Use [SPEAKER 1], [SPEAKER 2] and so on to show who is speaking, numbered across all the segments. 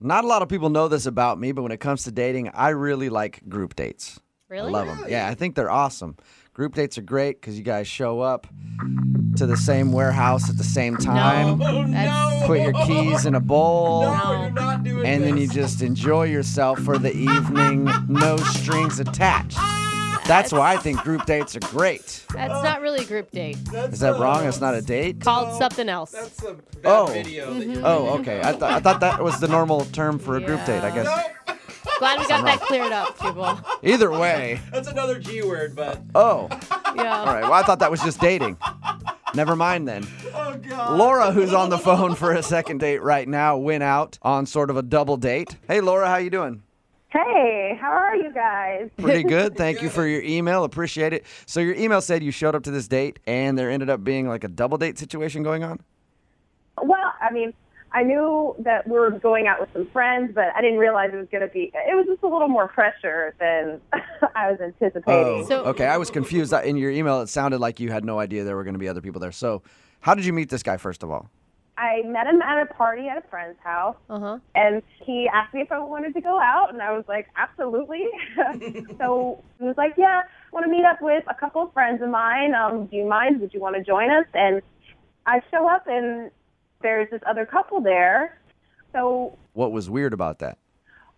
[SPEAKER 1] Not a lot of people know this about me, but when it comes to dating, I really like group dates.
[SPEAKER 2] Really?
[SPEAKER 1] I love them. Yeah, I think they're awesome. Group dates are great because you guys show up to the same warehouse at the same time,
[SPEAKER 2] That's,
[SPEAKER 1] put your keys in a bowl,
[SPEAKER 2] no.
[SPEAKER 1] and then you just enjoy yourself for the evening, no strings attached. That's why I think group dates are great.
[SPEAKER 2] That's not really a group date.
[SPEAKER 1] Is that wrong? It's not a date?
[SPEAKER 2] Called something else.
[SPEAKER 3] That's a bad
[SPEAKER 1] Oh.
[SPEAKER 3] video. That
[SPEAKER 2] Mm-hmm.
[SPEAKER 3] you
[SPEAKER 1] Oh, okay. I, th- I thought that was the normal term for a group date, I guess.
[SPEAKER 2] Glad we got that cleared up, people.
[SPEAKER 1] Either way.
[SPEAKER 3] That's another G word, but
[SPEAKER 1] Oh.
[SPEAKER 2] Yeah.
[SPEAKER 1] All right. Well, I thought that was just dating. Never mind then.
[SPEAKER 3] oh god.
[SPEAKER 1] Laura, who's on the phone for a second date right now, went out on sort of a double date. Hey, Laura, how you doing?
[SPEAKER 4] Hey, how are you guys?
[SPEAKER 1] Pretty good. Thank you for your email. Appreciate it. So your email said you showed up to this date and there ended up being like a double date situation going on.
[SPEAKER 4] Well, I mean, I knew that we were going out with some friends, but I didn't realize it was going to be. It was just a little more pressure than I was anticipating.
[SPEAKER 2] So-
[SPEAKER 1] okay. I was confused. I- In your email, it sounded like you had no idea there were going to be other people there. So, how did you meet this guy first of all?
[SPEAKER 4] I met him at a party at a friend's house,
[SPEAKER 2] Uh huh.
[SPEAKER 4] and he asked me if I wanted to go out, and I was like, absolutely. so he was like, yeah, I want to meet up with a couple of friends of mine. Um, do you mind? Would you want to join us? And I show up, and there's this other couple there. So
[SPEAKER 1] What was weird about that?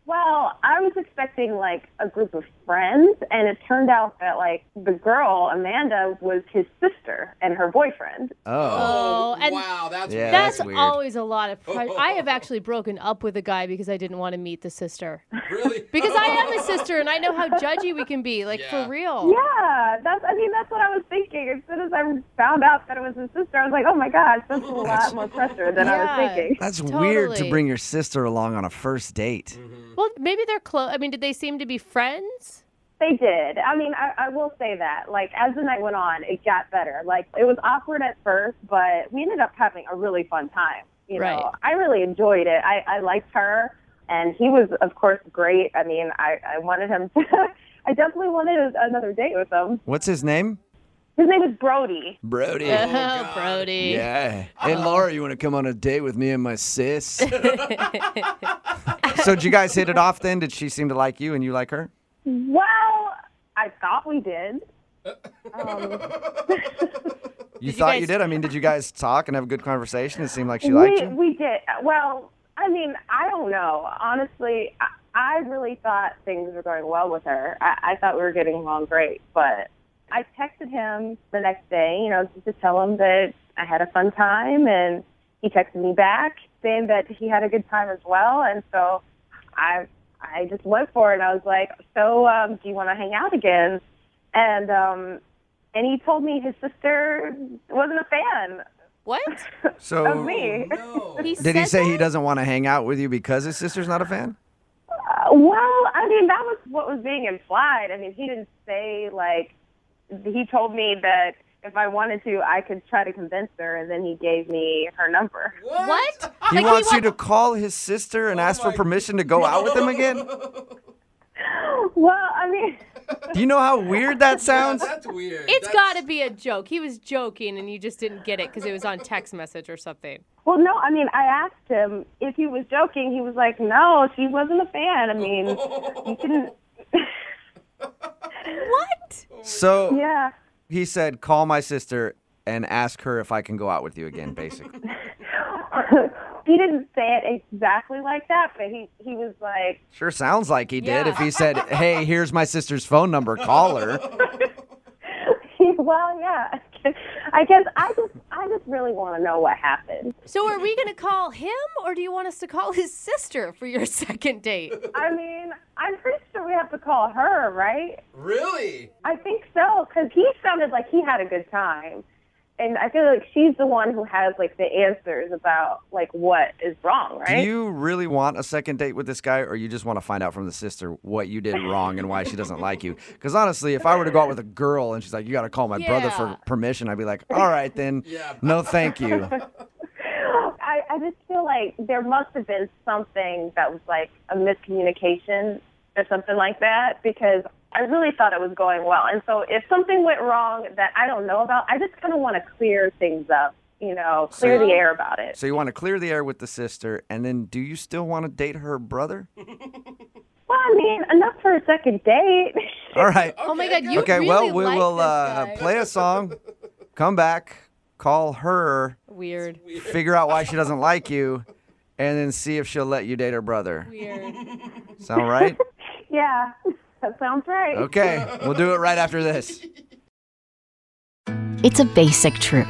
[SPEAKER 4] Well, I was expecting like a group of friends, and it turned out that like the girl Amanda was his sister and her boyfriend.
[SPEAKER 1] Oh,
[SPEAKER 2] Oh, and
[SPEAKER 3] wow, that's
[SPEAKER 1] Yeah.
[SPEAKER 2] that's,
[SPEAKER 1] that's weird.
[SPEAKER 2] always a lot of. Pri- I have actually broken up with a guy because I didn't want to meet the sister.
[SPEAKER 3] really
[SPEAKER 2] Because I am a sister, and I know how judgy we can be. Like
[SPEAKER 3] Yeah.
[SPEAKER 2] for real.
[SPEAKER 4] Yeah, that's I mean that's what I was thinking. As soon as I found out that it was his sister, I was like, oh my gosh, that's a lot more pressure than I
[SPEAKER 2] Yeah.
[SPEAKER 4] was thinking.
[SPEAKER 1] that's weird to
[SPEAKER 2] totally.
[SPEAKER 1] bring your sister along on a first date.
[SPEAKER 2] Well, maybe they're close. I mean, did they seem to be friends?
[SPEAKER 4] They did. I mean, I, I will say that. Like as the night went on, it got better. Like it was awkward at first, but we ended up having a really fun time. You
[SPEAKER 2] Right.
[SPEAKER 4] know, I really enjoyed it. I, I liked her, and he was, of course, great. I mean, I, I wanted him. To, I definitely wanted another date with him.
[SPEAKER 1] What's his name?
[SPEAKER 4] His name is Brody.
[SPEAKER 1] Brody.
[SPEAKER 2] oh, Brody.
[SPEAKER 1] Yeah. Uh-huh. Hey, Laura, you want to come on a date with me and my sis? so, did you guys hit it off then? Did she seem to like you and you like her?
[SPEAKER 4] Well, I thought we did. Um,
[SPEAKER 1] You
[SPEAKER 2] you
[SPEAKER 1] thought
[SPEAKER 2] guys-
[SPEAKER 1] you did? I mean, did you guys talk and have a good conversation? It seemed like she liked
[SPEAKER 4] we
[SPEAKER 1] you.
[SPEAKER 4] we did. Well, I mean, I don't know. Honestly, I, I really thought things were going well with her. I, I thought we were getting along great, but I texted him the next day, you know, just to tell him that I had a fun time, and he texted me back saying that he had a good time as well, and so I I just went for it. I was like, so um, do you want to hang out again? And um, and he told me his sister wasn't a fan
[SPEAKER 2] What?
[SPEAKER 1] So,
[SPEAKER 4] of me.
[SPEAKER 2] He
[SPEAKER 1] Oh. did he
[SPEAKER 2] said
[SPEAKER 1] say
[SPEAKER 2] that?
[SPEAKER 1] he doesn't want to hang out with you because his sister's not a fan?
[SPEAKER 4] Well, I mean, that was what was being implied. I mean, he didn't say like he told me that if I wanted to, I could try to convince her, and then he gave me her number.
[SPEAKER 2] What?
[SPEAKER 1] He Oh
[SPEAKER 2] Like,
[SPEAKER 1] wants
[SPEAKER 2] wa-
[SPEAKER 1] you to call his sister and ask for permission to go out with him again?
[SPEAKER 4] Well, I mean,
[SPEAKER 1] Do you know how weird that sounds?
[SPEAKER 3] That's weird.
[SPEAKER 2] It's
[SPEAKER 3] That's-
[SPEAKER 2] got to be a joke. He was joking, and you just didn't get it because it was on text message or something.
[SPEAKER 4] well, no, I mean, I asked him if he was joking. He was like, "No, she wasn't a fan." I mean, you can,
[SPEAKER 2] What?
[SPEAKER 1] So,
[SPEAKER 4] yeah.
[SPEAKER 1] he said, call my sister and ask her if I can go out with you again, basically.
[SPEAKER 4] he didn't say it exactly like that, but he he was like,
[SPEAKER 1] Sure sounds like he did.
[SPEAKER 2] Yeah.
[SPEAKER 1] If he said, "Hey, here's my sister's phone number, call her."
[SPEAKER 4] "Well, yeah." I guess I just I just really want to know what happened.
[SPEAKER 2] So are we going to call him, or do you want us to call his sister for your second date?
[SPEAKER 4] I mean, I'm pretty sure we have to call her, right?
[SPEAKER 3] Really?
[SPEAKER 4] I think so, because he sounded like he had a good time. and I feel like she's the one who has like the answers about like what is wrong,
[SPEAKER 1] Do
[SPEAKER 4] right?
[SPEAKER 1] you really want a second date with this guy, or you just want to find out from the sister what you did wrong and why she doesn't like you? Because honestly, if I were to go out with a girl and she's like, "You got to call my brother for
[SPEAKER 2] Yeah.
[SPEAKER 1] permission," I'd be like, "All right, then,
[SPEAKER 3] Yeah.
[SPEAKER 1] no, thank you."
[SPEAKER 4] I, I just feel like there must have been something that was like a miscommunication or something like that because I really thought it was going well. And so if something went wrong that I don't know about, I just kind of want to clear things up, you know, clear the air about it.
[SPEAKER 1] So you want to clear the air with the sister, and then do you still want to date her brother?
[SPEAKER 4] Well, I mean, enough for a second date.
[SPEAKER 1] All right.
[SPEAKER 2] Oh my God, you
[SPEAKER 1] okay,
[SPEAKER 2] really
[SPEAKER 1] well, we
[SPEAKER 2] like
[SPEAKER 1] will
[SPEAKER 2] this
[SPEAKER 1] uh,
[SPEAKER 2] guy.
[SPEAKER 1] play a song, come back, call her,
[SPEAKER 2] Weird.
[SPEAKER 1] figure out why she doesn't like you, and then see if she'll let you date her brother.
[SPEAKER 2] Weird.
[SPEAKER 1] Sound right?
[SPEAKER 4] yeah, that sounds right.
[SPEAKER 1] Okay, we'll do it right after this.
[SPEAKER 5] It's a basic truth.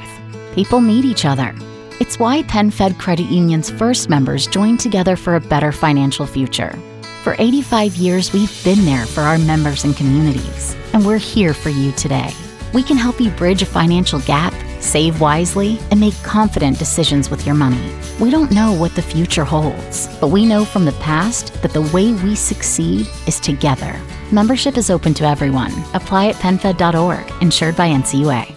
[SPEAKER 5] People need each other. It's why PenFed Credit Union's first members joined together for a better financial future. For 85 years, we've been there for our members and communities, and we're here for you today. We can help you bridge a financial gap, save wisely, and make confident decisions with your money. We don't know what the future holds, but we know from the past that the way we succeed is together. Membership is open to everyone. Apply at penfed.org, insured by NCUA.